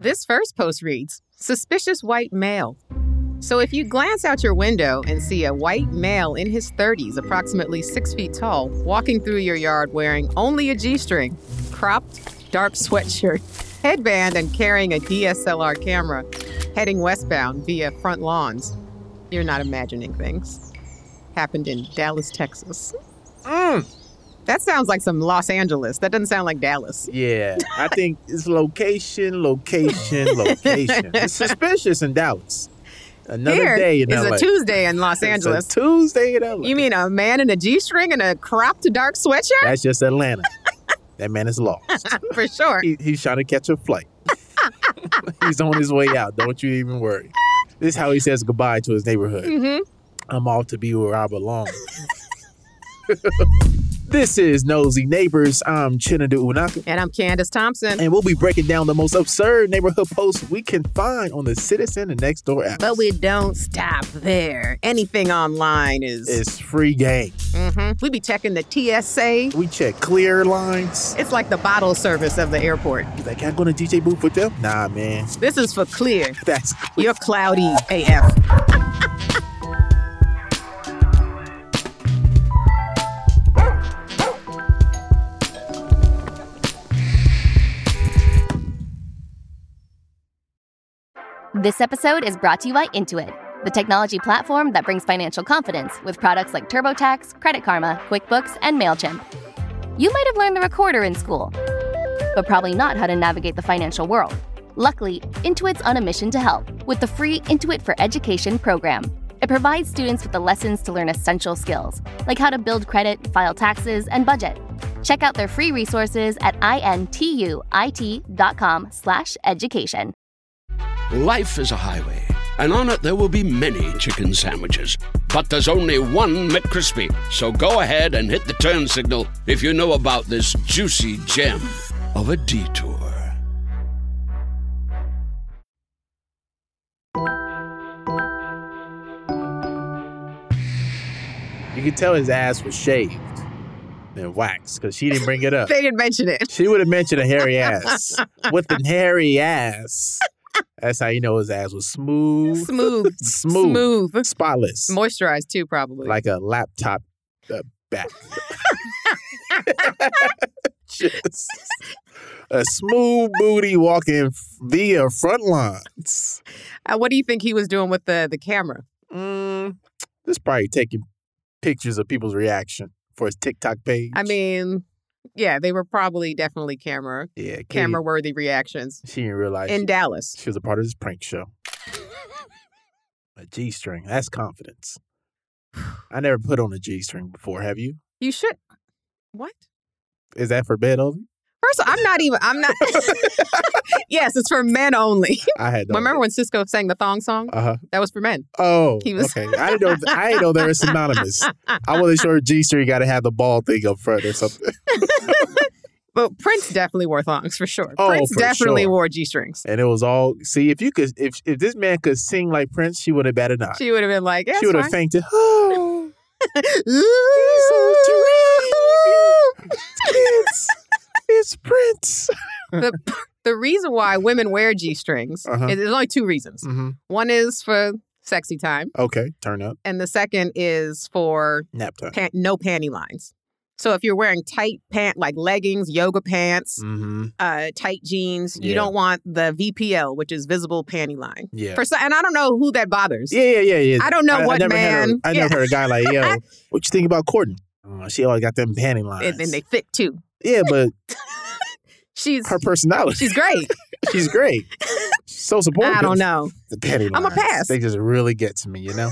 This first post reads Suspicious white male. So, if you glance out your window and see a white male in his 30s, approximately six feet tall, walking through your yard wearing only a G string, cropped, dark sweatshirt, headband, and carrying a DSLR camera, heading westbound via front lawns, you're not imagining things. Happened in Dallas, Texas. Mm. That sounds like some Los Angeles. That doesn't sound like Dallas. Yeah, I think it's location, location, location. It's suspicious in Dallas. Another Here day in is LA. a Tuesday in Los It's a Angeles. Tuesday in LA. You mean a man in a G string and a cropped dark sweatshirt? That's just Atlanta. that man is lost. For sure. He, he's trying to catch a flight. he's on his way out. Don't you even worry. This is how he says goodbye to his neighborhood. hmm I'm off to be where I belong. this is Nosy Neighbors. I'm Chinadu Unaka. And I'm Candace Thompson. And we'll be breaking down the most absurd neighborhood posts we can find on the Citizen and Next Door app. But we don't stop there. Anything online is. It's free game. hmm We be checking the TSA. We check clear lines. It's like the bottle service of the airport. He's like, can I go to DJ booth with them? Nah, man. This is for clear. That's You're cloudy AF. This episode is brought to you by Intuit, the technology platform that brings financial confidence with products like TurboTax, Credit Karma, QuickBooks, and MailChimp. You might have learned the recorder in school, but probably not how to navigate the financial world. Luckily, Intuit's on a mission to help with the free Intuit for Education program. It provides students with the lessons to learn essential skills, like how to build credit, file taxes, and budget. Check out their free resources at intuit.com slash education. Life is a highway, and on it there will be many chicken sandwiches. But there's only one McCrispy. So go ahead and hit the turn signal if you know about this juicy gem of a detour. You can tell his ass was shaved and waxed because she didn't bring it up. They didn't mention it. she would have mentioned a hairy ass. With a hairy ass. That's how you know his ass was smooth, Smooth. smooth, Smooth. spotless, Moisturized too, probably. like a laptop uh, back. Just a smooth booty walking via front lines. Uh, what do you think he was doing with the, the camera? Mm, this probably taking pictures of people's reaction for his TikTok page. I mean, yeah, they were probably definitely camera yeah, Katie, camera worthy reactions She didn't realize in she- Dallas. She was a part of this prank show. A G string. That's confidence. I never put on a G string before, have you? You should. What? Is that for bed only? First of all, I'm not even. I'm not. yes, it's for men only. I had no Remember when Cisco sang the thong song? Uh huh. That was for men. Oh, He was- okay. I didn't know. I didn't know they were synonymous. I wasn't sure G string got to have the ball thing up front or something. But Prince definitely wore thongs for sure. Oh, Prince for definitely sure. wore g strings. And it was all. See, if you could, if if this man could sing like Prince, she would have batted an eye. She would have been like, yeah, she it's would have fine. fainted. Oh, it's, it's Prince. the, the reason why women wear g strings Uh-huh. is there's only two reasons. hmm One is for sexy time, Okay, turn up. and the second is for Nap time. pan- no panty lines. So if you're wearing tight pant like leggings, yoga pants, Mm-hmm. uh, tight jeans, you Yeah. don't want the VPL, which is visible panty line. Yeah. For so- and I don't know who that bothers. Yeah, yeah, yeah, yeah. I don't know what never Heard man- a, I yeah. never heard a guy like, yo, what you think about Courtney? Uh, she always got them panty lines. And, and they thick too. yeah, but She's her personality, she's great. she's great. She's so supportive. I don't know. The panty lines. I'ma pass. They just really get to me, you know?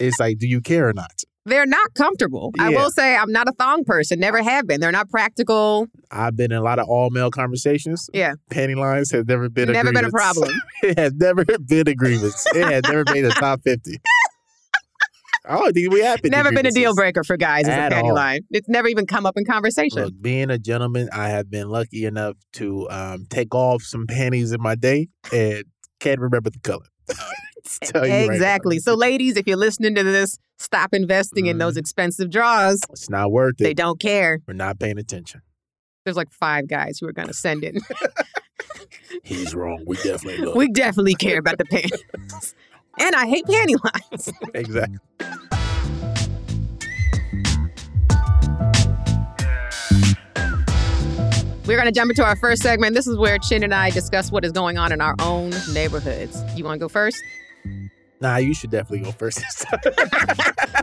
it's like, do you care or not? They're not comfortable. I Yeah. will say I'm not a thong person. Never have been. They're not practical. I've been in a lot of all male conversations. Yeah. Panty lines have never been a Never been a grievance. problem. it has never been a grievance. it has never been in the top 50. I don't think we have been never been a deal breaker. breaker for guys is At a panty all. line. It's never even come up in conversation. Look, being a gentleman, I have been lucky enough to um, take off some panties in my day and can't remember the color. Tell you right now. exactly. so, ladies, if you're listening to this, stop investing in Mm-hmm. those expensive draws. it's not worth They it. don't care. We're not paying attention. There's like five guys who are going to send in He's wrong. We definitely look. We definitely care about the pants. and I hate panty lines. Mm. exactly. We're going to jump into our first segment. This is where Chin and I discuss what is going on in our own neighborhoods. You want to go first? Nah, you should definitely go first. this time.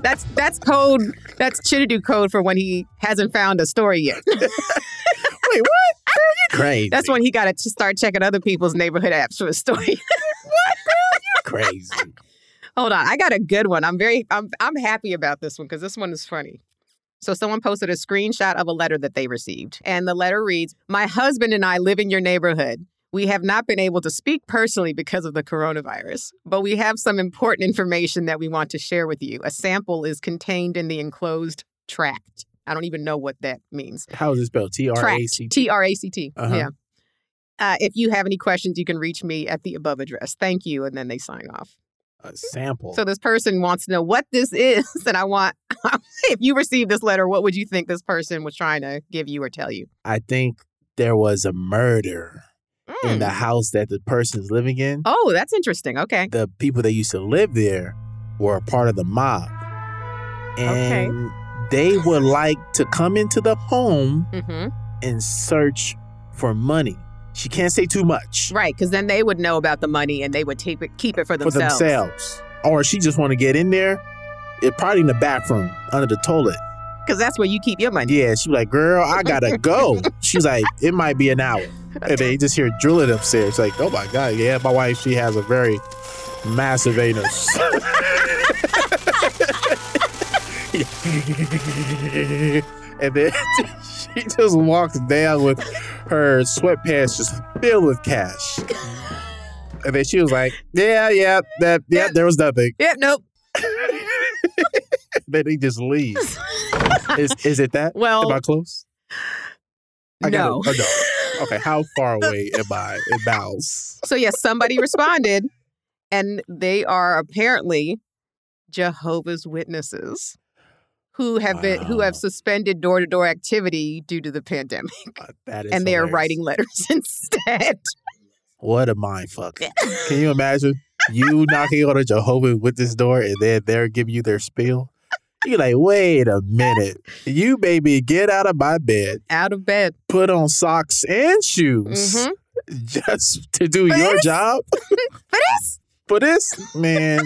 That's that's code. That's Chinadu code for when he hasn't found a story yet. Wait, what? Girl, you crazy. That's when he got to start checking other people's neighborhood apps for a story. crazy. Hold on, I got a good one. I'm very I'm I'm happy about this one because this one is funny. So someone posted a screenshot of a letter that they received, and the letter reads, "My husband and I live in your neighborhood. We have not been able to speak personally because of the coronavirus, but we have some important information that we want to share with you. A sample is contained in the enclosed tract. I don't even know what that means. How is it spelled? T R A C Tract. T R A C T. Uh-huh. Yeah. Uh, if you have any questions, you can reach me at the above address. Thank you, and then they sign off. A sample. So this person wants to know what this is, and I want if you receive this letter, what would you think this person was trying to give you or tell you? I think there was a murder in Mm. the house that the person's living in. Oh, that's interesting. Okay. The people that used to live there were a part of the mob. Okay. And they would like to come into the home hmm and search for money. She can't say too much Right, because then they would know about the money and they would take it, keep it for for themselves. themselves. Or she just want to get in there. It probably in the bathroom under the toilet. Because that's where you keep your money. Yeah, she was like, "Girl, I gotta go." She's like, "It might be an hour," and they just hear drilling upstairs. She's like, "Oh my god, yeah, my wife, she has a very massive anus." and then she just walks down with her sweatpants just filled with cash. And then she was like, "Yeah, yeah, that, yeah, there was nothing." Yep. Nope. then he just leaves. Is is it that? Well, Am I close? I gotta- no. oh, no. Okay, how far away am I in miles? So yes, somebody responded, and they are apparently Jehovah's Witnesses who have been who have Wow. suspended door to door activity due to the pandemic, Uh, That is and they are hilarious. writing letters instead. What a mind fuck. Can you imagine you knocking on a Jehovah with this door and then they're giving you their spiel? You're like, wait a minute. You baby, get out of my bed, Out of bed. put on socks and shoes hmm just to do For your this? job. But it's For this, man,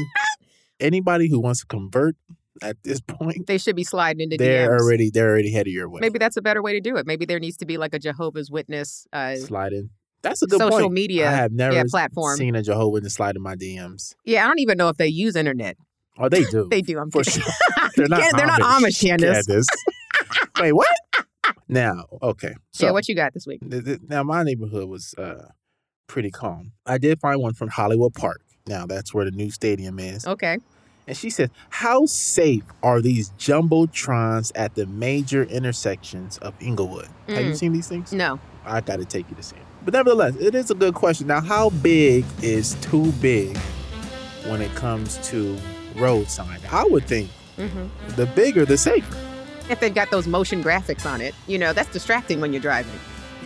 anybody who wants to convert at this point, they should be sliding into they're DMs. already they're already headed your way. Maybe that's a better way to do it. Maybe there needs to be like a Jehovah's Witness uh, sliding. That's a good social point. I media have never yeah, platform. seen a Jehovah Witness slide in my DMs. Yeah, I don't even know if they use internet. Oh, they do. They do. I'm for kidding. sure. They're not. Yeah, Amish. they're not Amish, Candace. Candace. Wait, what? now, okay. So yeah, what you got this week? th- th- now my neighborhood was uh, pretty calm. I did find one from Hollywood Park. Now that's where the new stadium is. Okay. And she said, "How safe are these jumbotrons at the major intersections of Inglewood? Have you Mm. seen these things? No. I got to take you to see it. But nevertheless, it is a good question. Now, how big is too big when it comes to road sign? I would think hmm the bigger the safer. If they've got those motion graphics on it, you know, that's distracting when you're driving.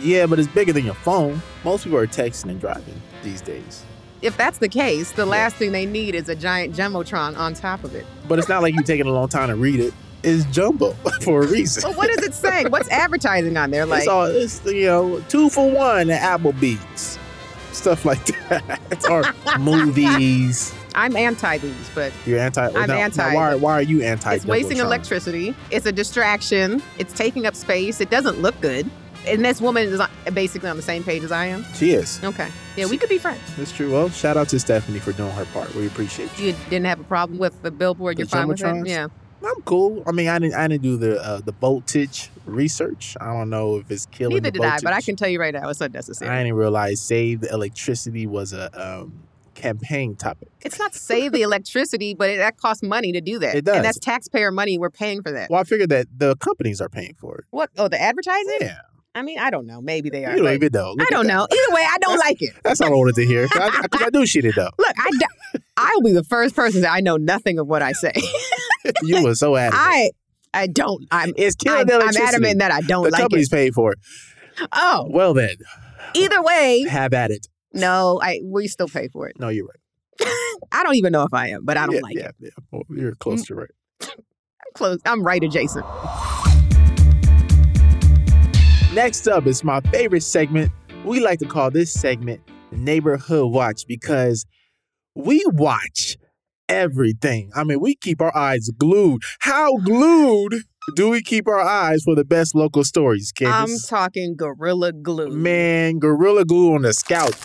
Yeah, but it's bigger than your phone. Most people are texting and driving these days. If that's the case, the last thing they need is a giant Jumbotron on top of it. But it's not like you're taking a long time to read it. It's jumbo for a reason. Well, what is it saying? What's advertising on there? Like, it's all it's you know two for one at Applebee's, stuff like that, or movies. I'm anti these, but You're anti. I'm now- now anti, why, why are you anti? it's wasting Jumbotron? electricity. It's a distraction. It's taking up space. It doesn't look good. And this woman is on- basically on the same page as I am. She is. Okay. Yeah, we could be friends. That's true. Well, shout out to Stephanie for doing her part. We appreciate you. You didn't have a problem with the billboard. The you're fine with it. Jumbotrons? Yeah. I'm cool. I mean, I didn't. I didn't do the uh, the voltage research. I don't know if it's killing. Neither the did I, but I voltage. can tell you right now, it's I unnecessary. didn't realize save the electricity was a um, campaign topic. It's not save the electricity, but it, that costs money to do that. It does. And that's taxpayer money. We're paying for that. Well, I figured that the companies are paying for it. What? Oh, the advertising? Yeah, I mean, I don't know. Maybe they are. you don't but even know. Look I at don't that. know. Either way, I don't like it. That's all I wanted to hear. I, I, 'cause I do shit it up. Look, I do- I'll be the first person that I know nothing of what I say. You were so adamant. I I don't. I'm it's I'm, killing the I'm electricity. adamant that I don't the like companies it. paid for it. Oh, Well then, Either way, Have at it. no, I we still pay for it. No, you're right. I don't even know if I am, but I don't yeah, like yeah, it. Mm. Yeah, Well, you're close to right. Close. I'm right adjacent. Next up is my favorite segment. We like to call this segment Neighborhood Watch because we watch everything. I mean, we keep our eyes glued. How glued do we keep our eyes for the best local stories, I'm Candace? talking gorilla glue. Man, Gorilla Glue on the Scout.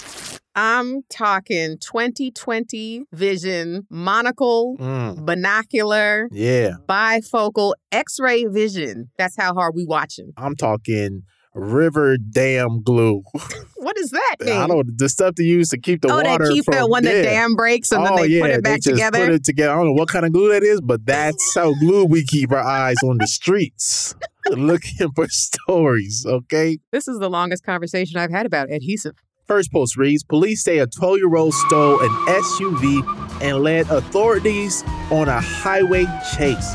I'm talking 2020 vision, monocle, Mm, binocular, yeah, bifocal, X-ray vision. That's how hard we watching. I'm talking River Dam Glue. What is that thing? I don't the stuff they use to keep the oh, they water keep from that when yeah. the dam breaks and then oh they yeah, put it back they just together. put it together. I don't know what kind of glue that is, but that's how glue we keep our eyes on the streets, looking for stories. Okay. This is the longest conversation I've had about adhesive. First post reads: Police say a 12-year-old stole an SUV and led authorities on a highway chase.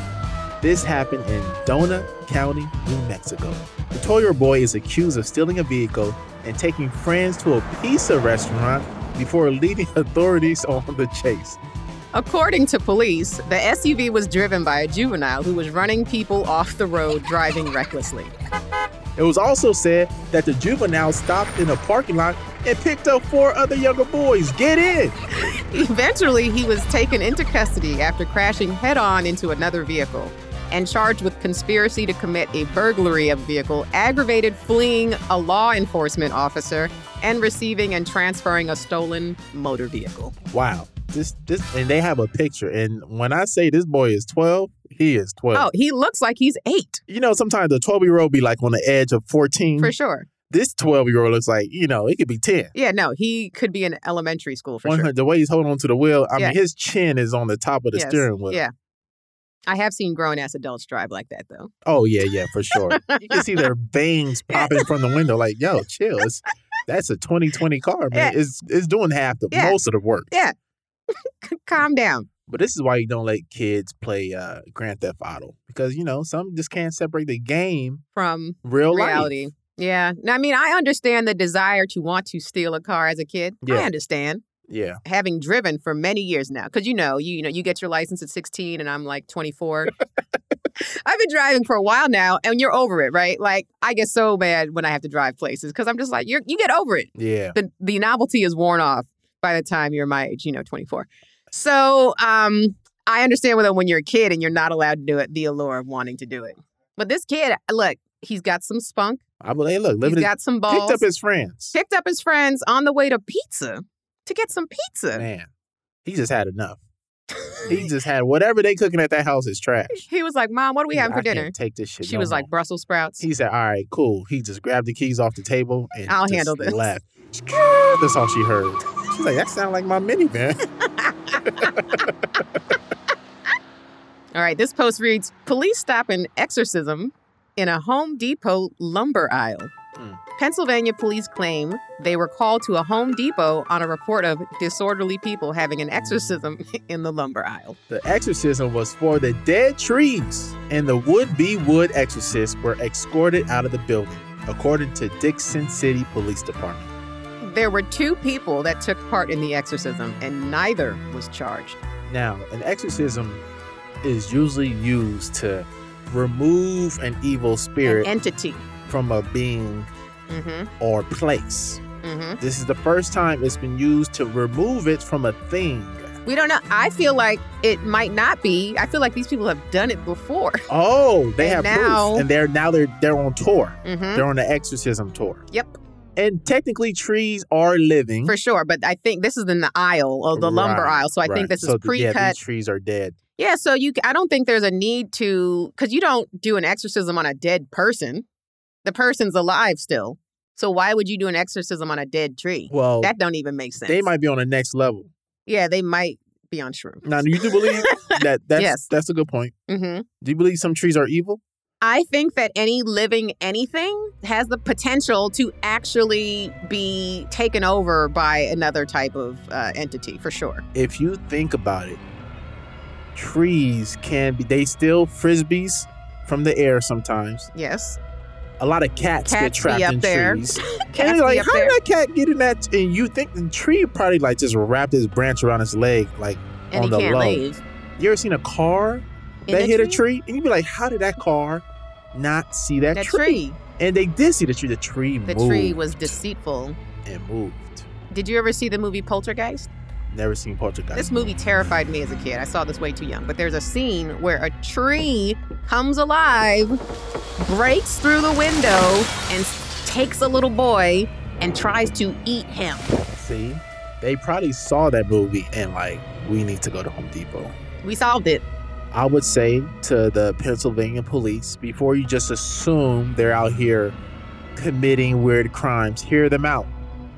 This happened in Dona County, New Mexico. The 12-year-old boy is accused of stealing a vehicle and taking friends to a pizza restaurant before leading authorities on the chase. According to police, the SUV was driven by a juvenile who was running people off the road driving recklessly. It was also said that the juvenile stopped in a parking lot and picked up four other younger boys. Get in! Eventually, he was taken into custody after crashing head on into another vehicle and charged with conspiracy to commit a burglary of vehicle, aggravated fleeing a law enforcement officer, and receiving and transferring a stolen motor vehicle. Wow. This this and they have a picture. And when I say this boy is 12, he is 12. Oh, he looks like he's eight You know, sometimes the 12 year old be like on the edge of 14. Oh. for sure. This 12 year old looks like, you know, it could be 10. Yeah, no, he could be in elementary school for One- sure. The way he's holding on to the wheel, I Yeah. mean, his chin is on the top of the Yes, steering wheel. Yeah. I have seen grown ass adults drive like that though. Oh yeah, yeah, for sure. you can see their veins popping from the window. Like, yo, chill. It's, that's a 2020 car, man. It's it's doing half the Yeah. most of the work. Mm. Calm down. But this is why you don't let kids play uh, Grand Theft Auto because you know some just can't separate the game From real reality. life. Yeah. Now, I mean, I understand the desire to want to steal a car as a kid. I Yeah. understand. Yeah, Having driven for many years now, because you know, you, you know, you get your license at 16, and I'm like 24. I've been driving for a while now, and you're over it, right? Like, I get so mad when I have to drive places because I'm just like, you're, you get over it. yeah. the the novelty is worn off by the time you're my age, you know, 24. So um, I understand when when you're a kid and you're not allowed to do it, the allure of wanting to do it. But this kid, look, he's got some spunk. I believe. Hey, look, He's living his, got some balls. picked up his friends. Picked up his friends on the way to pizza to get some pizza. Man, he just had enough. he just had whatever they cooking at that house is trash. He was like, "Mom, what do we He's have like, for "I can't dinner?" Take this shit. She no was more." like, "Brussels sprouts." He said, "All right, cool." He just grabbed the keys off the table and I'll just handle this. Left. That's all she heard. She's like, "That sounds like my minivan." All right, this post reads Police stop an exorcism in a Home Depot lumber aisle. Hmm. Pennsylvania police claim they were called to a Home Depot on a report of disorderly people having an exorcism in the lumber aisle. The exorcism was for the dead trees, and the would-be wood exorcists were escorted out of the building, according to Dixon City Police Department. There were two people that took part in the exorcism, and neither was charged. Now, an exorcism is usually used to remove an evil An e- spirit entity. from a being Mm or place. hmm. Mm This is the first time it's been used to remove it from a thing. hmm. We don't know. I feel like it might not be. I feel like these people have done it before. Oh, they And have now- proof, and they're now they're they're on tour. Mm They're on the exorcism tour. Yep. And technically, trees are living. For sure. But I think this is in the aisle, or the lumber Right, aisle. So I right. think this So, is pre Yeah, cut. these trees are dead. Yeah, so you I don't think there's a need to cuz you don't do an exorcism on a dead person. The person's alive still. So why would you do an exorcism on a dead tree? Well, That don't even make sense. they might be on the next level. Yeah, they might be on shrooms. Now, do you do believe that? That's Yes. that's a good point. Mhm. Do you believe some trees are evil? I think that any living anything has the potential to actually be taken over by another type of uh, entity for sure. If you think about it, trees can be. They steal frisbees from the air sometimes. Yes. a lot of cats, get Cats be trapped up in there. trees. Cats and be you're like, up how there. did that cat get in that? And you think the tree probably like just wrapped his branch around his leg. Like, and on he the can't low. leave. you ever seen a car In that the hit a tree? And you'd be like, how did that car not see that, That tree. And they did see the tree. The tree The moved. tree was deceitful. and moved. Did you ever see the movie Poltergeist? Never seen Poltergeist. This movie terrified me as a kid. I saw this way too young. But there's a scene where a tree comes alive, breaks through the window, and s- takes a little boy and tries to eat him. See, they probably saw that movie and like, we need to go to Home Depot. We solved it. I would say to the Pennsylvania police before you just assume they're out here committing weird crimes, hear them out.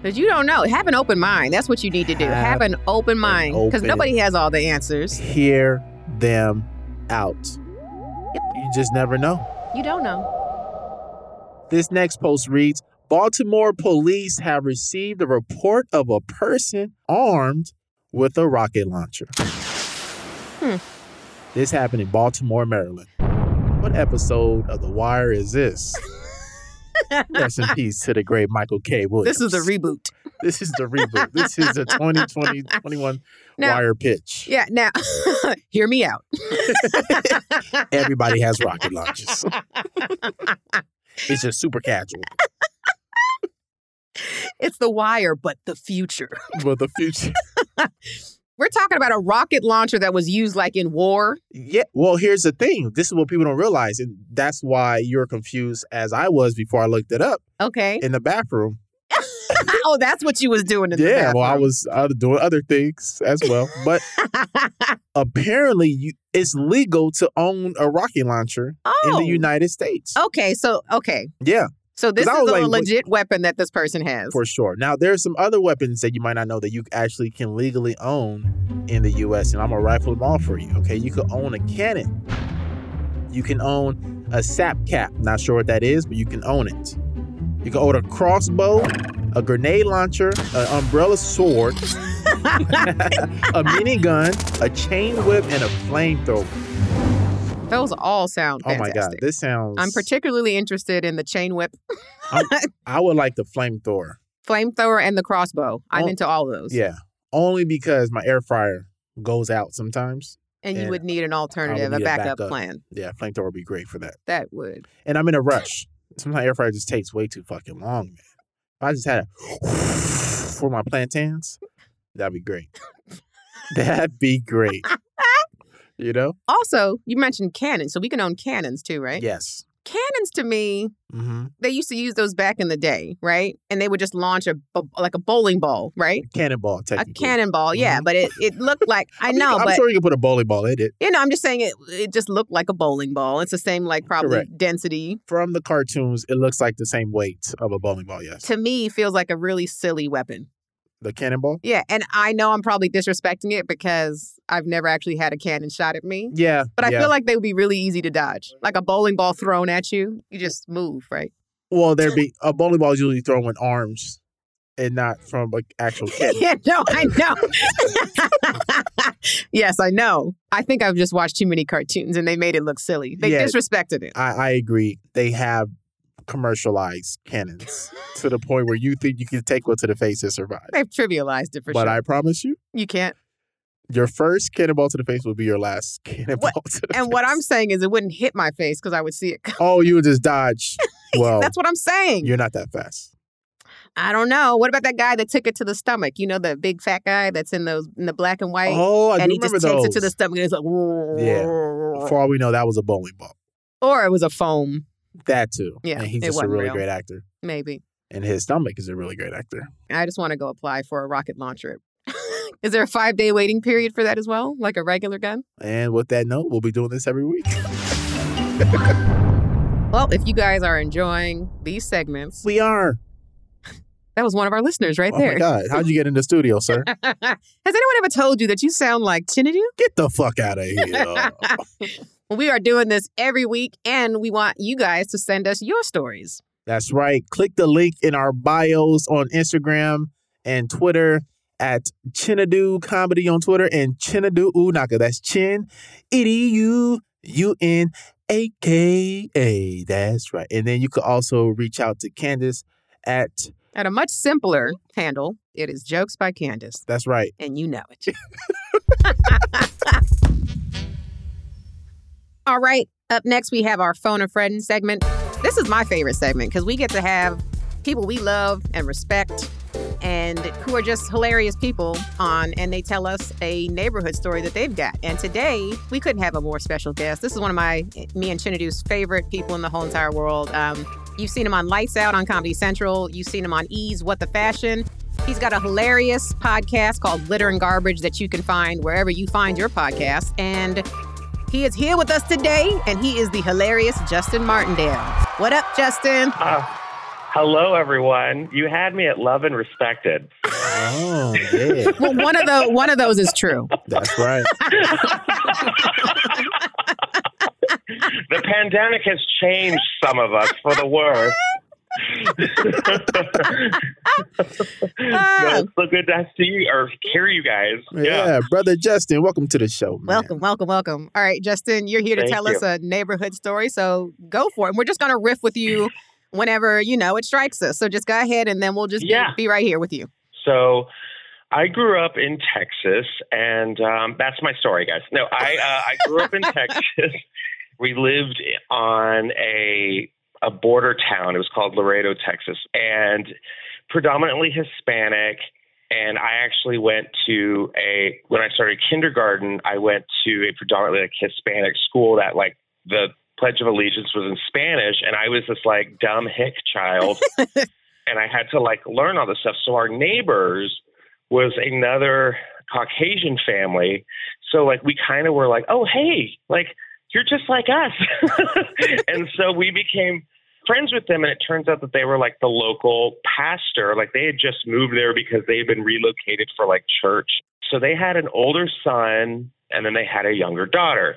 But you don't know. Have an open mind. That's what you need to do. Have, Have an open mind. Because open- nobody has all the answers. Hear them out. You just never know. You don't know. This next post reads Baltimore police have received a report of a person armed with a rocket launcher. Hmm. This happened in Baltimore, Maryland. What episode of The Wire is this? Rest in peace to the great Michael K. Williams. This is the reboot. This is the reboot. this is the 2020 21 Now- wire pitch. Yeah, now, hear me out. Everybody has rocket launches. it's just super casual. It's The Wire, but the future. But the future. We're talking about a rocket launcher that was used like in war. Yeah. Well, here's the thing. This is what people don't realize. And that's why you're confused as I was before I looked it up Okay. in the bathroom. oh, that's what you was doing in the yeah. Well, I bathroom. was uh, doing other things as well. But apparently, you, it's legal to own a rocket launcher in oh. the United States. okay. So, okay. Yeah, So this is I a was like, what- legit weapon that this person has. for sure. Now, there's some other weapons that you might not know that you actually can legally own in the U.S. And I'm going to rifle them all for you. Okay. You could own a cannon. You can own a sap cap. Not sure what that is, but you can own it. You can own a crossbow, a grenade launcher, an umbrella sword, a minigun, a chain whip, and a flamethrower. Those all sound Oh my fantastic. God, this sounds. I'm particularly interested in the chain whip, I would like the flamethrower. flamethrower, and the crossbow. I'm Oh, into all those. Yeah, only because my air fryer goes out sometimes. And you and would need an I alternative, would a need a backup, backup. plan. Yeah, flamethrower would be great for that. That would. And I'm in a rush. Sometimes air fryer just takes way too fucking long, man. If I just had a for my plantains, that'd be great. That'd be great. You know? Also, you mentioned cannons, so we can own cannons too, right? Yes. Cannons to me, hmm they used to use those back in the day, right? And they would just launch a, a like a bowling ball, right? Cannonball, A technically. cannonball, yeah. Mhm. But it, it looked like I mean, know, I'm but sure you can put a bowling ball in it you know, I'm just saying it. It just looked like a bowling ball. It's the same, like probably Correct. density. from the cartoons. It looks like the same weight of a bowling ball. Yes, To me, feels like a really silly weapon. the cannonball. Yeah, and I know I'm probably disrespecting it because I've never actually had a cannon shot at me. Yeah, But I yeah. feel like they would be really easy to dodge. Like a bowling ball thrown at you, you just move, right? Well, there be a bowling ball is usually thrown with arms and not from an actual cannon. yeah, no, I know. yes, I know. I think I've just watched too many cartoons and they made it look silly. They Yeah. disrespected it. I, I agree. They have commercialized cannons to the point where you think you can take one to the face and survive. They've trivialized it for but sure. I promise you, you can't. your first cannonball to the face will be your last cannonball to the face. And what I'm saying is it wouldn't hit my face because I would see it. come. oh, you would just dodge. Well, That's what I'm saying. you're not that fast. I don't know. What about that guy that took it to the stomach? You know, the big fat guy that's in those in the black and white. oh, I and do he just remember takes those. it to the stomach and it's like, For all we know, that was a bowling ball. or it was a foam, That too. Yeah, and he's it just a wasn't really real. great actor. maybe. And his stomach is a really great actor. I just want to go apply for a rocket launcher. Is there a five day waiting period for that as well? Like a regular gun? And with that note, we'll be doing this every week. Well, if you guys are enjoying these segments, We are. that was one of our listeners right oh my there. God. How'd you get in the studio, sir? Has anyone ever told you that you sound like Chinadu? get the fuck out of here. we are doing this every week, and we want you guys to send us your stories. That's right. Click the link in our bios on Instagram and Twitter at Chinadu Comedy on Twitter and Chinadu Unaka. That's Chin E D U U N AKA. That's right. And then you could also reach out to Candace at, At a much simpler handle, it is Jokes by Candace, that's right. and you know it. All right, up next we have our Phone a Friend segment. This is my favorite segment because we get to have people we love and respect and who are just hilarious people on, and they tell us a neighborhood story that they've got. And today we couldn't have a more special guest. This is one of my, me and Chinadu's favorite people in the whole entire world. Um, You've seen him on Lights Out on Comedy Central. You've seen him on Ease What the Fashion. He's got a hilarious podcast called Litter and Garbage that you can find wherever you find your podcast. And he is here with us today, and he is the hilarious Justin Martindale. What up, Justin? Uh, hello, everyone. You had me at love and respected. Oh, yeah. Well, one of the one of those is true. That's right. The pandemic has changed some of us for the worse. no, it's so good to see you or hear you guys. Yeah. brother Justin, welcome to the show. Man. Welcome, welcome, welcome. All right, Justin, you're here to Thank tell you. us a neighborhood story, so go for it. And we're just gonna riff with you whenever you know it strikes us. So just go ahead, and then we'll just be- Yeah. be right here with you. So I grew up in Texas, and um, that's my story, guys. No, I uh, I grew up in Texas. We lived on a a border town. It was called Laredo, Texas, and predominantly Hispanic. And I actually went to a when I started kindergarten, I went to a predominantly like Hispanic school that like the Pledge of Allegiance was in Spanish, and I was this like dumb hick child and I had to like learn all this stuff. So our neighbors was another Caucasian family. So like we kind of were like, oh hey, like you're just like us. and so we became friends with them and it turns out that they were like the local pastor. Like they had just moved there because they had been relocated for like church. So they had an older son and then they had a younger daughter.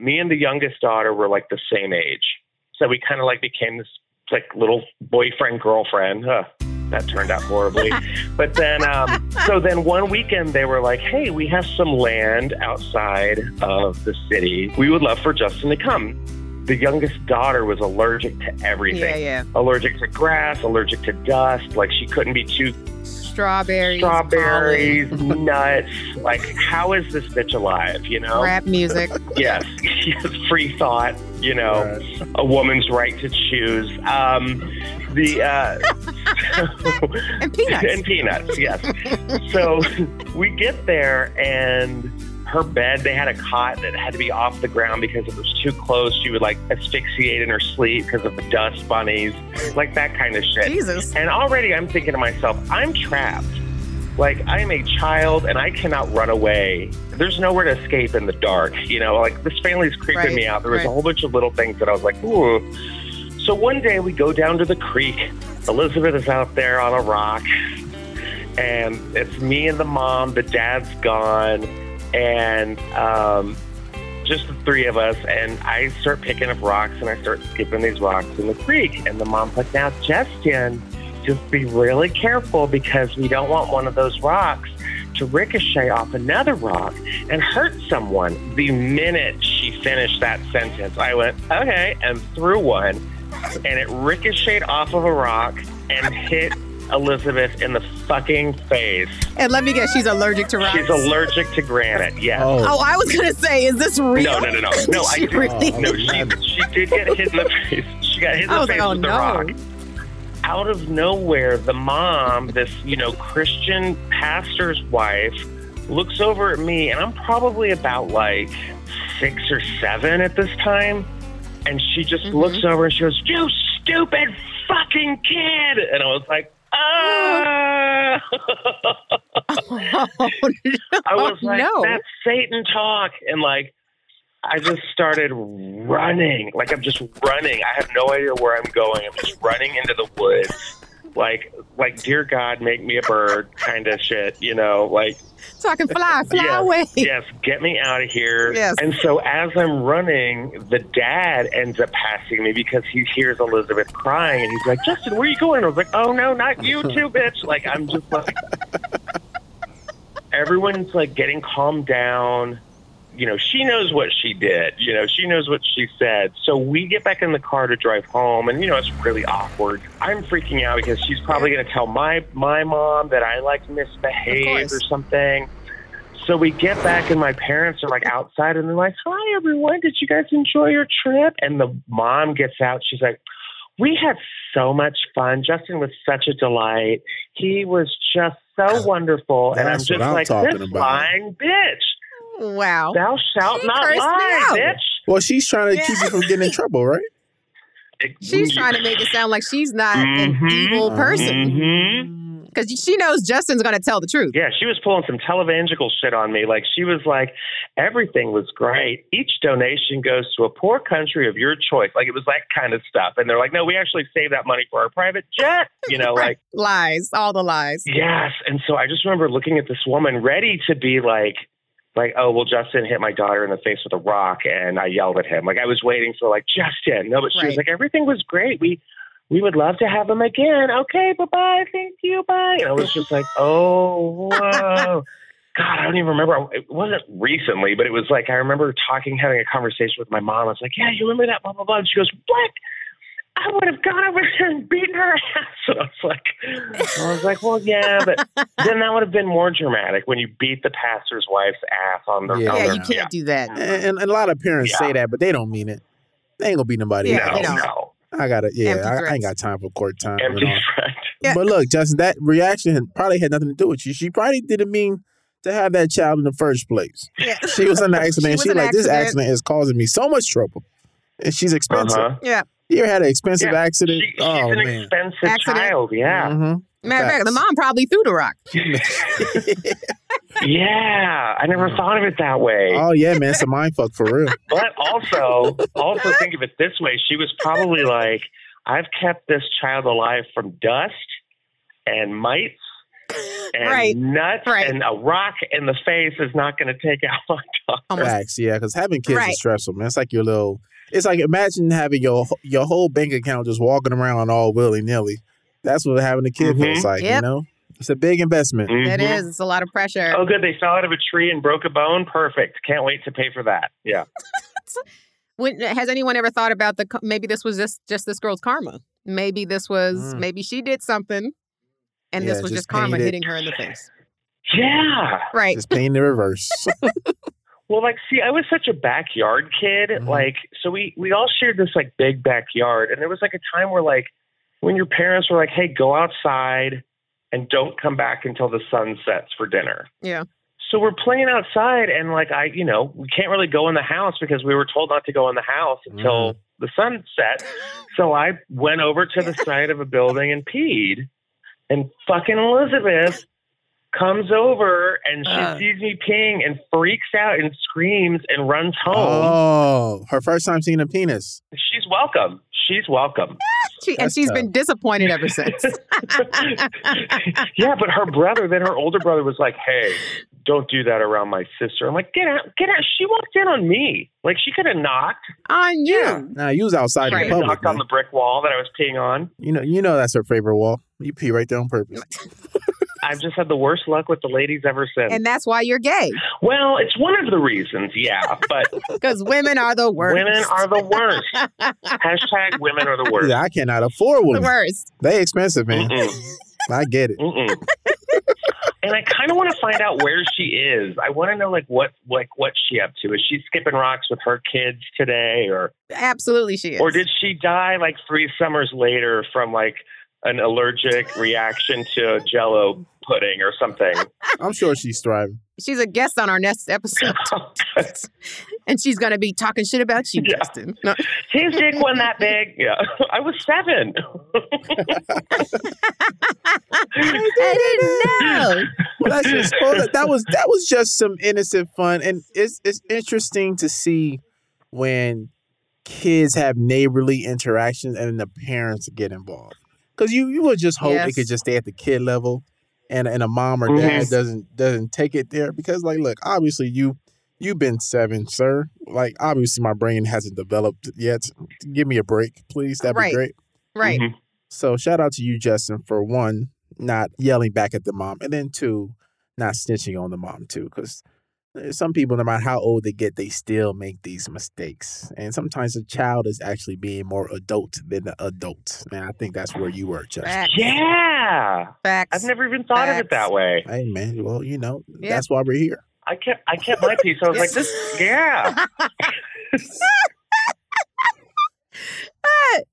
Me and the youngest daughter were like the same age. So we kind of like became this like little boyfriend girlfriend. Huh, that turned out horribly. but then, um, so then one weekend they were like, "Hey, we have some land outside of the city. We would love for Justin to come." The youngest daughter was allergic to everything. Yeah, yeah. Allergic to grass, allergic to dust. Like she couldn't be too Strawberries, strawberries, nuts. Like, how is this bitch alive? You know? pollen, rap music. yes, yes, free thought. You know, Right. a woman's right to choose. Um, the uh, and peanuts. And peanuts, yes. so we get there and her bed, they had a cot that had to be off the ground because if it was too close, she would like asphyxiate in her sleep because of the dust bunnies, like that kind of shit. Jesus. And already I'm thinking to myself, I'm trapped. Like, I'm a child and I cannot run away. There's nowhere to escape in the dark. You know, like this family's creeping Right, me out. There was right. a whole bunch of little things that I was like, ooh. So one day we go down to the creek. Elizabeth is out there on a rock. And it's me and the mom. The dad's gone. And um, just the three of us, and I start picking up rocks and I start skipping these rocks in the creek. And the mom's like, now, Justin, just be really careful because we don't want one of those rocks to ricochet off another rock and hurt someone. The minute she finished that sentence, I went, okay, and threw one, and it ricocheted off of a rock and hit Elizabeth in the fucking face. And let me guess, she's allergic to rocks. She's allergic to granite. Yes. Oh, Oh, I was gonna say, is this real? No, no, no, no. No, I She did- really- No, she, she did get hit in the face. She got hit in I the was face like, oh with the no. rock. Out of nowhere, the mom, this, you know, Christian pastor's wife, looks over at me, and I'm probably about like six or seven at this time. And she just Mhm. looks over and she goes, You stupid fucking kid. And I was like, Oh. Ah. I was Oh, like, no. that's Satan talk. And like, I just started running. Like, I'm just running. I have no idea where I'm going. I'm just running into the woods. Like, like, dear God, make me a bird kind of shit, you know? Like, Talking fly, fly Yes, away. yes, get me out of here. Yes. And so as I'm running, the dad ends up passing me because he hears Elizabeth crying and he's like, Justin, where are you going? And I was like, oh no, not you too, bitch. Like, I'm just like, everyone's like getting calmed down. you know, she knows what she did. You know, she knows what she said. So we get back in the car to drive home, and you know, it's really awkward. I'm freaking out because she's probably going to tell my my mom that I like misbehaved course. or something. So we get back, and my parents are like outside, and they're like, "Hi, everyone! Did you guys enjoy your trip?" And the mom gets out. She's like, "We had so much fun. Justin was such a delight. He was just so wonderful." and I'm That's just what I'm like, talking "This about." lying bitch." Wow. Thou shalt Oh, She not cursed me lie, out. bitch. Well, she's trying to keep Yeah. you from getting in trouble, right? She's trying to make it sound like she's not an Mhm. evil person Mm-hmm. because she knows Justin's going to tell the truth. Yeah, she was pulling some televangelical shit on me. Like she was like, everything was great. Each donation goes to a poor country of your choice. Like it was that kind of stuff. And they're like, no, we actually save that money for our private jet. You know, like lies, all the lies. Yes. And so I just remember looking at this woman ready to be like, like, oh, well, Justin hit my daughter in the face with a rock and I yelled at him. Like I was waiting for like, Justin. No, but she Right. was like, everything was great. We, we would love to have him again. Okay. Bye bye. Thank you. Bye. And I was just like, oh, whoa. God, I don't even remember. It wasn't recently, but it was like I remember talking, having a conversation with my mom. I was like, "Yeah, you remember that?" Blah blah blah. And she goes, "What? I would have gone over there and beaten her ass. And I was like, I was like, well, yeah, but then that would have been more dramatic when you beat the pastor's wife's ass on the. Yeah, on Yeah, the- you can't do that. And, and, and a lot of parents Yeah. say that, but they don't mean it. They ain't gonna beat nobody. Yeah, No, they else. don't. no, I got it. Yeah, Empty I, I ain't threats. got time for court time. empty and all. threat. Yeah. But look, Justin, that reaction had- probably had nothing to do with you. She probably didn't mean to have that child in the first place. Yeah. She was in the accident. was she in an like, this accident. accident is causing me so much trouble. And she's expensive. Uh-huh. You ever had an expensive Yeah. She, accident? she's oh an man. expensive Accident. child. Yeah, Mhm. Matter of fact, the Facts. mom probably threw the rock. Mm-hmm. yeah. I never thought of it that way. Mm. Oh yeah, man, it's a mind fuck for real. But also, also think of it this way: she was probably like, "I've kept this child alive from dust and mites and Right. nuts Right. and a rock in the face is not going to take out my daughter." Oh, my- Facts, yeah, because having kids Right. is stressful, man. It's like your little. It's like imagine having your your whole bank account just walking around all willy nilly. That's what having a kid Mhm. feels like, Yep. you know. It's a big investment. It Mhm. is. It's a lot of pressure. Oh, good. They fell out of a tree and broke a bone. Perfect. Can't wait to pay for that. Yeah. When, has anyone ever thought about the co- maybe this was just just this girl's karma? Maybe this was Mm. maybe she did something, and Yeah, this was just just karma painted. hitting her in the face. Yeah. Right. It's pain in the reverse. Well, like, see, I was such a backyard kid. Mhm. Like, so we we all shared this like big backyard, and there was like a time where like when your parents were like, "Hey, go outside and don't come back until the sun sets for dinner." Yeah. So we're playing outside, and like I, you know, we can't really go in the house because we were told not to go in the house until the sun set. So I went over to the side of a building and peed, and fucking Elizabeth comes over and she Uh. sees me peeing and freaks out and screams and runs home. oh, her first time seeing a penis. She's welcome. She's welcome. She, and That's she's tough. been disappointed ever since. yeah, but her brother, then her older brother was like, "Hey, don't do that around my sister." I'm like, "Get out, get out!" She walked in on me. Like she could have knocked. On you. Yeah. Now you was outside Right. in She the public. knocked on man. the brick wall that I was peeing on. You know, you know that's her favorite wall. You pee right there on purpose. I've just had the worst luck with the ladies ever since. And that's why you're gay, well, it's one of the reasons, yeah. But because women are the worst. women are the worst. Hashtag women are the worst. Yeah, I cannot afford the one. worst. They expensive, man. Mm-mm. I get it. Mm-mm. and I kind of want to find out where she is. I want to know like what like what's she up to? Is she skipping rocks with her kids today, or Absolutely, she is. or did she die like three summers later from like an allergic reaction to Jello pudding or something? I'm sure she's thriving. she's a guest on our next episode, and she's gonna be talking shit about you, Oh, Yeah. Justin. No. His dick wasn't that big. Yeah, I was seven. I didn't know. Well, that's just, well, that- that was that was just some innocent fun, and it's it's interesting to see when kids have neighborly interactions and the parents get involved. Because you you would just hope it Yes. Mm-hmm. could just stay at the kid level, and and a mom or dad Yes. doesn't doesn't take it there because like look obviously you you've been seven sir like obviously my brain hasn't developed yet give me a break please that'd Right. be great Right. Mhm. so shout out to you, Justin, for one, not yelling back at the mom, and then two, not snitching on the mom too, because some people, no matter how old they get, they still make these mistakes. And sometimes the child is actually being more adult than the adult. And I think that's where you were, Mm-hmm. Justin. Facts. Yeah. Facts. I've never even thought of it Facts. that way. Hey, man. Well, you know, Yeah. that's why we're here. I kept I kept my piece. I was like, This is- yeah.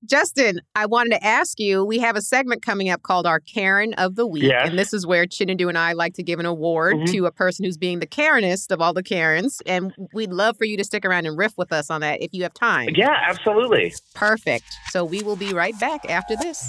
Justin, I wanted to ask you we have a segment coming up called Our Karen of the Week. Yes. And this is where Chinadu and I like to give an award Mm-hmm. Mhm. to a person who's being the Karenest of all the Karens. And we'd love for you to stick around and riff with us on that if you have time. Yeah, absolutely. Perfect. So we will be right back after this.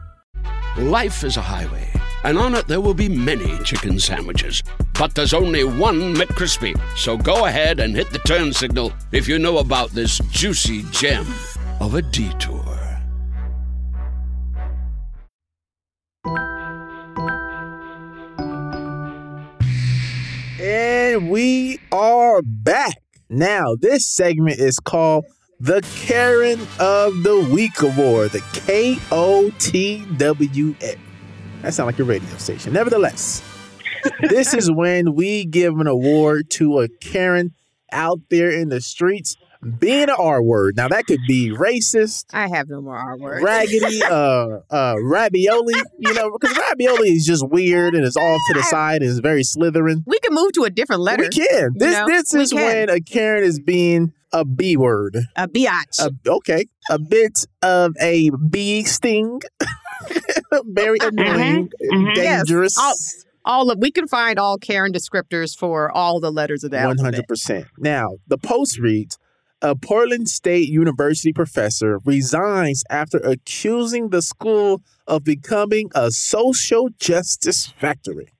Life is a highway, and on it there will be many chicken sandwiches. But there's only one McCrispy. So go ahead and hit the turn signal if you know about this juicy gem of a detour. And we are back. Now, this segment is called the Karen of the Week Award, the K O T W A. That sounds like a radio station. Nevertheless, this is when we give an award to a Karen out there in the streets being an R word. Now, that could be racist, I have no more R words. raggedy, uh, uh, ravioli, you know, because ravioli is just weird and it's off to the side and it's very slithering. We can move to a different letter. We can. This know? this We is can. when a Karen is being a B word. A biatch. A- okay, a bit of a bee sting. Very annoying, Mhm. Yes. dangerous. All- all of we can find all Karen descriptors for all the letters of the One alphabet. hundred percent. Now the post reads: A Portland State University professor resigns after accusing the school of becoming a social justice factory.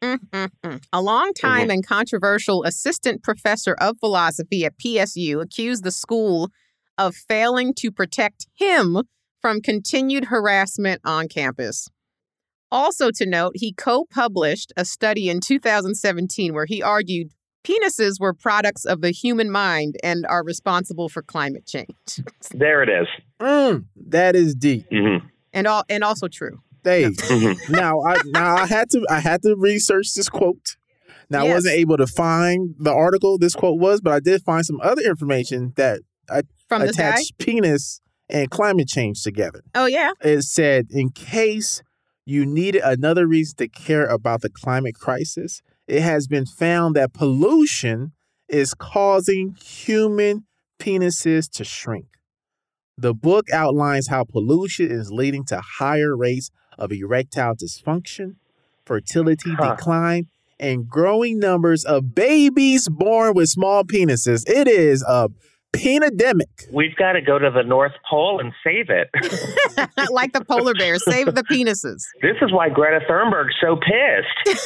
Mm-mm-mm. Mm-hmm. A long-time Mm-hmm. and controversial assistant professor of philosophy at PSU accused the school of failing to protect him from continued harassment on campus. Also to note, he co-published a study in 2017 where he argued penises were products of the human mind and are responsible for climate change. There it is. Mm, that is deep. Mm-hmm. and all and also true. They Mhm. now I now I had to I had to research this quote. Now I Yes. wasn't able to find the article this quote was, but I did find some other information that From this guy? attached penis and climate change together. Oh yeah. It said, in case you needed another reason to care about the climate crisis, it has been found that pollution is causing human penises to shrink. The book outlines how pollution is leading to higher rates of erectile dysfunction, fertility Huh. decline, and growing numbers of babies born with small penises. It is a penidemic. We've got to go to the North Pole and save it. like the polar bears, save the penises. this is why Greta Thunberg's so pissed.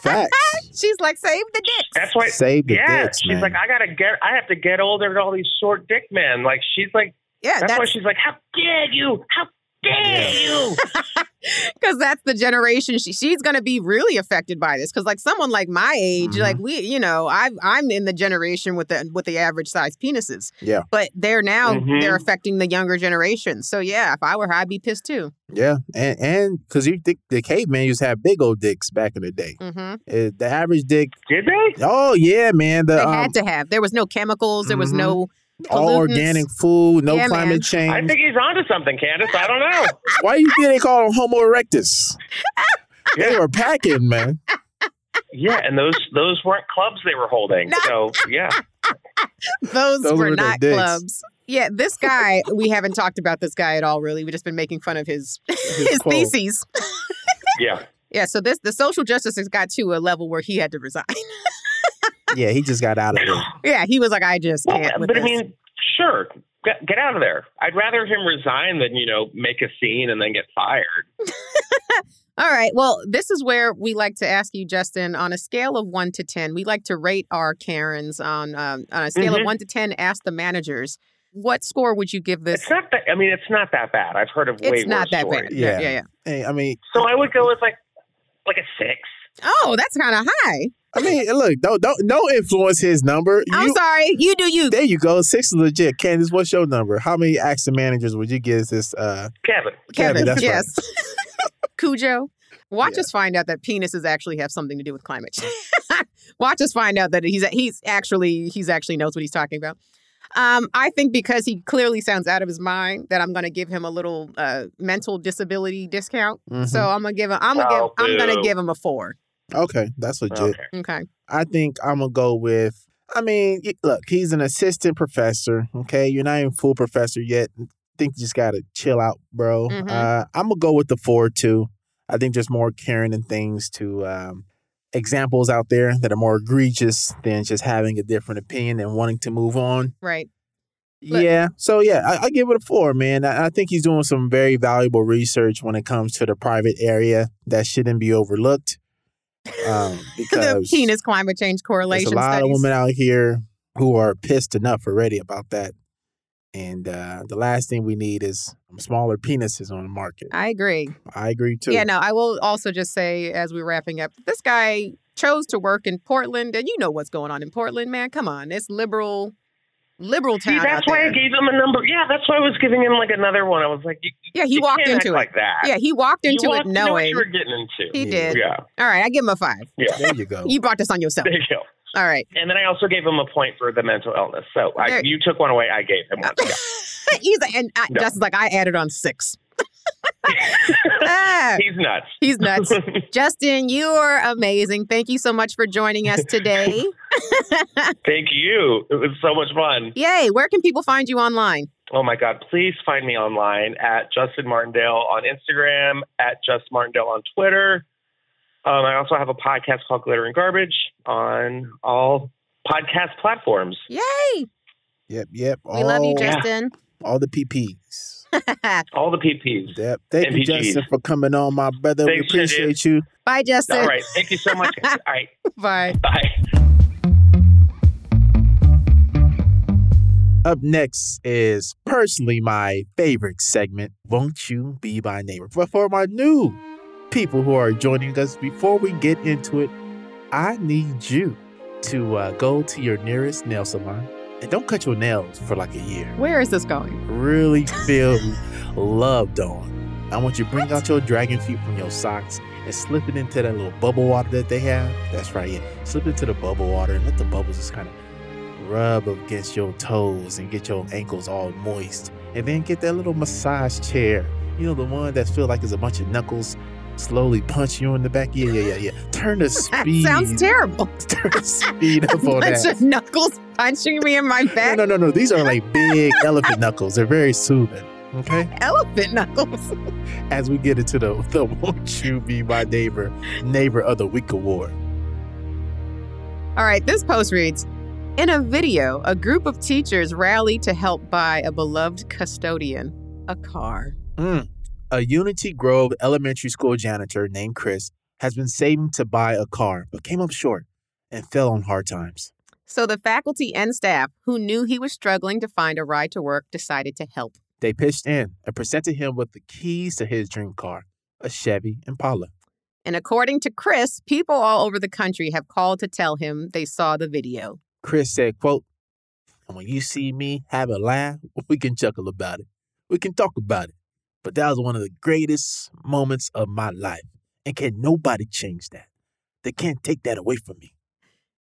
Facts. She's like, save the dicks. That's why. Save the yeah, dicks, she's man. like, I gotta get, I have to get older than all these short dick men. Like she's like, yeah, that's, why Uh, that's she's like, how dare you? How dare you? because that's the generation she, she's going to be really affected by this. Because like someone like my age, Mhm. like we, you know, I I'm in the generation with the with the average size penises. Yeah. but they're now Mhm. they're affecting the younger generation. So yeah, if I were her, I'd be pissed too. Yeah, and and because you think the caveman used to have big old dicks back in the day. hmm Uh, the average dick, Did they? oh yeah, man, the They um, had to have. There was no chemicals. There was Mhm. no all pollutants. organic food, no Yeah, climate man. I change. think he's onto something, Candace. I don't know. Why you think they call them Homo erectus? They Yeah. were packing, man. yeah, and those those weren't clubs they were holding. So yeah, Those, Those were were their not dicks. clubs. Yeah, this guy, we haven't talked about this guy at all, really. We've just been making fun of his his quote. theses. yeah. Yeah, so this the social justice has got to a level where he had to resign. Yeah, he just got out of there. yeah, he was like, I just Well, can't. with but I this. mean, sure, get, get out of there. I'd rather him resign than you know make a scene and then get fired. all All right. Well, this is where we like to ask you, Justin, on a scale of one to 10, we like to rate our Karens on, um, on a scale Mhm. of one to 10, ask the managers. What score would you give this? It's not that. I mean, it's not that bad. I've heard of way It's not worse that stories. bad. Yeah. yeah, yeah. Hey, I mean, So I would go with like like a six. Oh, that's kind of high. I mean, look, don't don't don't influence his number. I'm You- sorry. You do you. There you go. Six is legit. Candace, what's your number? How many acts and managers would you give this? Uh, Kevin, Kevin, Kevin, that's right. yes. Cujo. Watch Yeah. us find out that penises actually have something to do with climate change. Watch us find out that he's he's actually he's actually knows what he's talking about. Um, I think because he clearly sounds out of his mind, that I'm going to give him a little uh, mental disability discount. Mm-hmm. So I'm gonna give him I'm gonna Oh, give I'm gonna boo. give him a four. okay, that's legit. okay. Okay. I think I'm gonna go with. I mean, y- look, he's an assistant professor. Okay, you're not even full professor yet. I think you just gotta chill out, bro. Mhm. Uh, I'm gonna go with the four too. I think there's more caring and things to um, examples out there that are more egregious than just having a different opinion and wanting to move on. Right. Look- yeah. So yeah, I, I give it a four, man. I, I think he's doing some very valuable research when it comes to the private area that shouldn't be overlooked. Um, the because penis climate change correlation there's a lot studies. of women out here who are pissed enough already about that. And uh, the last thing we need is smaller penises on the market. I agree. I agree too. Ah, Yeah, no, I will also just say as we're wrapping up, this guy chose to work in Portland, and you know what's going on in Portland, man. Come on, it's liberal, liberal town. See, out that's why there. I gave him a number. Yeah, that's why I was giving him like another one. I was like, you, yeah, he you walked can't act into it. like that. Yeah, he walked You into walked- it you know what knowing. you were getting into. He did. Yeah, All right, I give him a five. yeah. There you go. You brought this on yourself. There you go. All right, And then I also gave him a point for the mental illness. So I, There- you took one away. I gave him one. Yeah. he's and I, No. Justin's like I added on six. Ah, He's nuts. he's nuts. Justin, you are amazing. Thank you so much for joining us today. Thank you. It was so much fun. Yay! Where can people find you online? Oh my God. Please find me online at Justin Martindale on Instagram, at Just Martindale on Twitter. Um, I also have a podcast called Glitter and Garbage on all podcast platforms. Yay! Yep, yep. We love you, all- Jack. Justin. All the PPs. All the PPs. Yep. Thank you, MPGs. Justin, for coming on, my brother. Thanks, we Shay, appreciate you. Bye, Justin. All right. Thank you so much. guys. All right. Bye. Bye. Up next is personally my favorite segment, Won't You Be My Neighbor? But for my new people who are joining us, before we get into it, I need you to uh, go to your nearest nail salon and don't cut your nails for like a year. Where is this going? Really feel loved on. I want you to bring out your dragon feet from your socks and slip it into that little bubble water that they have. That's right, yeah. Slip it into the bubble water and let the bubbles just kind of rub against your toes and get your ankles all moist. And then get that little massage chair. You know, the one that feel like it's a bunch of knuckles slowly punch you in the back. Yeah, yeah, yeah, yeah. Turn the That speed. sounds terrible. Turn the speed up on Bunch that. of knuckles punching me in my back. No, no, no, no. These are like big elephant knuckles. They're very soothing. Okay? Elephant knuckles. as we get into the, the Won't You Be My Neighbor Neighbor of the Week award. All right, this post reads In a video, a group of teachers rally to help buy a beloved custodian a car. A Unity Grove elementary school janitor named Chris has been saving to buy a car, but came up short and fell on hard times. So the faculty and staff who knew he was struggling to find a ride to work decided to help. They pitched in and presented him with the keys to his dream car, a Chevy Impala. And according to Chris, people all over the country have called to tell him they saw the video. Chris said, quote, And when you see me have a laugh, we can chuckle about it. We can talk about it. But that was one of the greatest moments of my life. And can nobody change that? They can't take that away from me.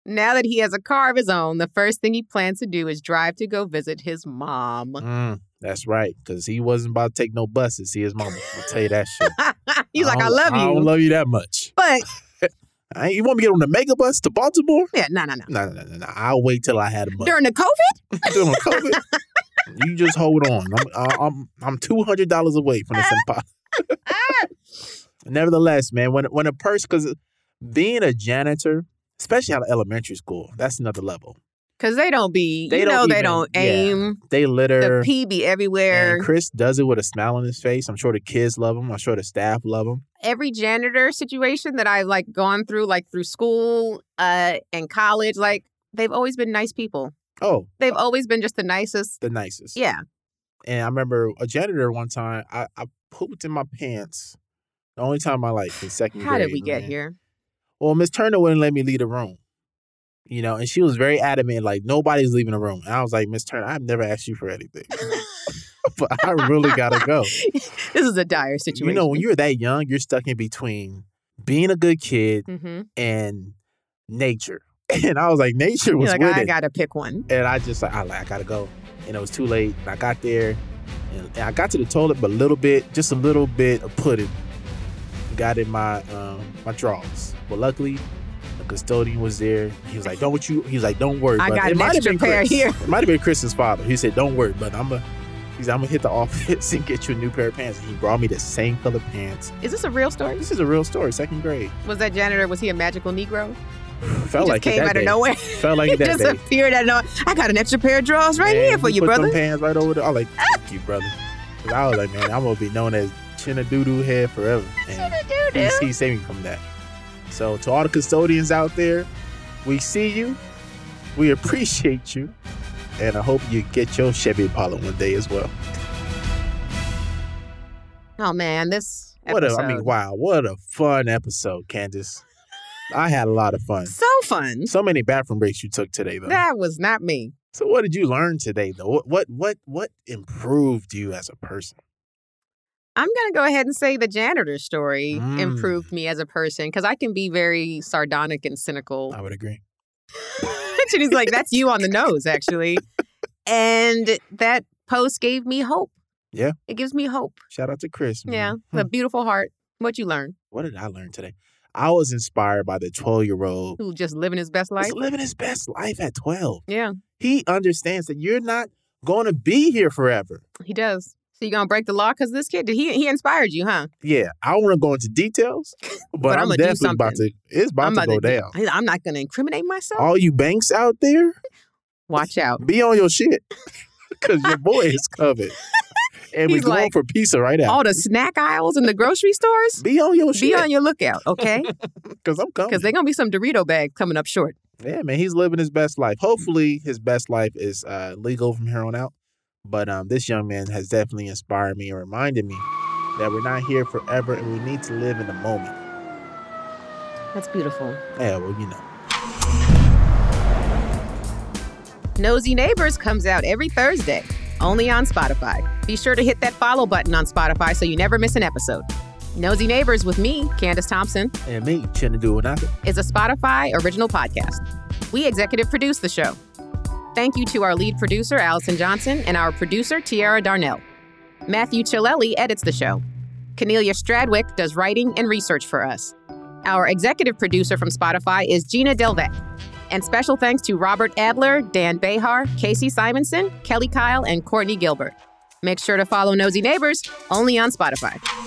Now that he has a car of his own, the first thing he plans to do is drive to go visit his mom. Mm, that's right, because he wasn't about to take no bus to see his mama. I'll tell you that shit. He's like, I don't- love I you. don't love you that much. but I ain't- you want me to get on the mega bus to Baltimore? yeah, no, no, no. No, no, no, no. I'll wait till I had a money. During the COVID? During COVID, you just hold on. I'm, I- I'm, I'm two hundred dollars away from this empire. Nevertheless, man, when when a person, because being a janitor, especially out of elementary school, that's another level. Because they don't be, They you don't know, they even- don't yeah. aim. They litter. The pee be everywhere. and Chris does it with a smile on his face. I'm sure the kids love him. I'm sure the staff love him. Every janitor situation that I've like gone through, like through school uh, and college, like they've always been nice people. Oh, They've always been just the nicest. the nicest. Yeah. And I remember a janitor one time. I, I pooped in my pants. The only time I like in second How grade. did we get man. here? Well, Miss Turner wouldn't let me leave the room. You know, and she was very adamant, like nobody's leaving the room. And I was like, Miss Turner, I've never asked you for anything, but I really gotta go. This is a dire situation. You know, when you're that young, you're stuck in between being a good kid mm-hmm. and nature. And I was like, nature was like, with I it. gotta pick one. and I just like, I like, I gotta go. And it was too late. And I got there, and, and I got to the toilet, but a little bit, just a little bit of pudding got in my um, my drawers. But luckily, the custodian was there. He was like, "Don't you?" He was like, "Don't worry." I brother." got it an might have extra been pair Chris. here. It might have been Chris's father. He said, "Don't worry, but I'm a." He's like, I'm gonna hit the office and get you a new pair of pants. And he brought me the same color pants. Is this a real story? This is a real story. Second grade. Was that janitor? Was he a magical Negro? Felt he just like it came that out day. of nowhere. Felt like it that day. disappeared out of nowhere. I got an extra pair of drawers right Man, here for you, put brother. Ah! Them pants right over there. I like thank you, brother. 'Cause I was like, man, I'm gonna be known as Chinadoodoo head forever. And he, he saved me from that. So to all the custodians out there, we see you, we appreciate you, and I hope you get your Chevy Impala one day as well. Oh man, this What a, episode. I mean, wow, what a fun episode, Candace. I had a lot of fun. so fun. So many bathroom breaks you took today, though. That was not me. So what did you learn today, though? What what what what improved you as a person? I'm gonna go ahead and say the janitor story Mm. improved me as a person because I can be very sardonic and cynical. I would agree. Oh. and he's like, "That's you on the nose, actually." and that post gave me hope. Yeah. it gives me hope. Shout out to Chris. man. Yeah, Hmm. a beautiful heart. What you learn? What did I learn today? I was inspired by the 12 year old Who just living his best life? who's living his best life at 12. Yeah, He understands that you're not going to be here forever. he does. So you gonna break the law because this kid? Did he he inspired you, huh? Yeah, I don't want to go into details, but, But I'm, I'ma do definitely about to. something. It's about, to go do- down. He's like, I'm not gonna incriminate myself. All you banks out there, Watch out. be on your shit because your boy is covered, and we're He's going like, for pizza right now. all the snack aisles in the grocery stores. be on your Be Oh, shit on your lookout, okay? because I'm coming. Because they're gonna be some Dorito bags coming up short. Yeah, man, he's living his best life. Hopefully, his best life is uh, legal from here on out. But um, this young man has definitely inspired me and reminded me that we're not here forever and we need to live in the moment. That's beautiful. Yeah, well, you know. Nosy Neighbors comes out every Thursday, only on Spotify. Be sure to hit that follow button on Spotify so you never miss an episode. Nosy Neighbors with me, Candace Thompson, And me, trying to do nothing. is a Spotify original podcast. We executive produce the show. Thank you to our lead producer, Allison Johnson, and our producer, Tiara Darnell. Matthew Chilelli edits the show. Cornelia Stradwick does writing and research for us. Our executive producer from Spotify is Gina Delvec. And special thanks to Robert Adler, Dan Behar, Casey Simonson, Kelly Kyle, and Courtney Gilbert. Make sure to follow Nosy Neighbors only on Spotify.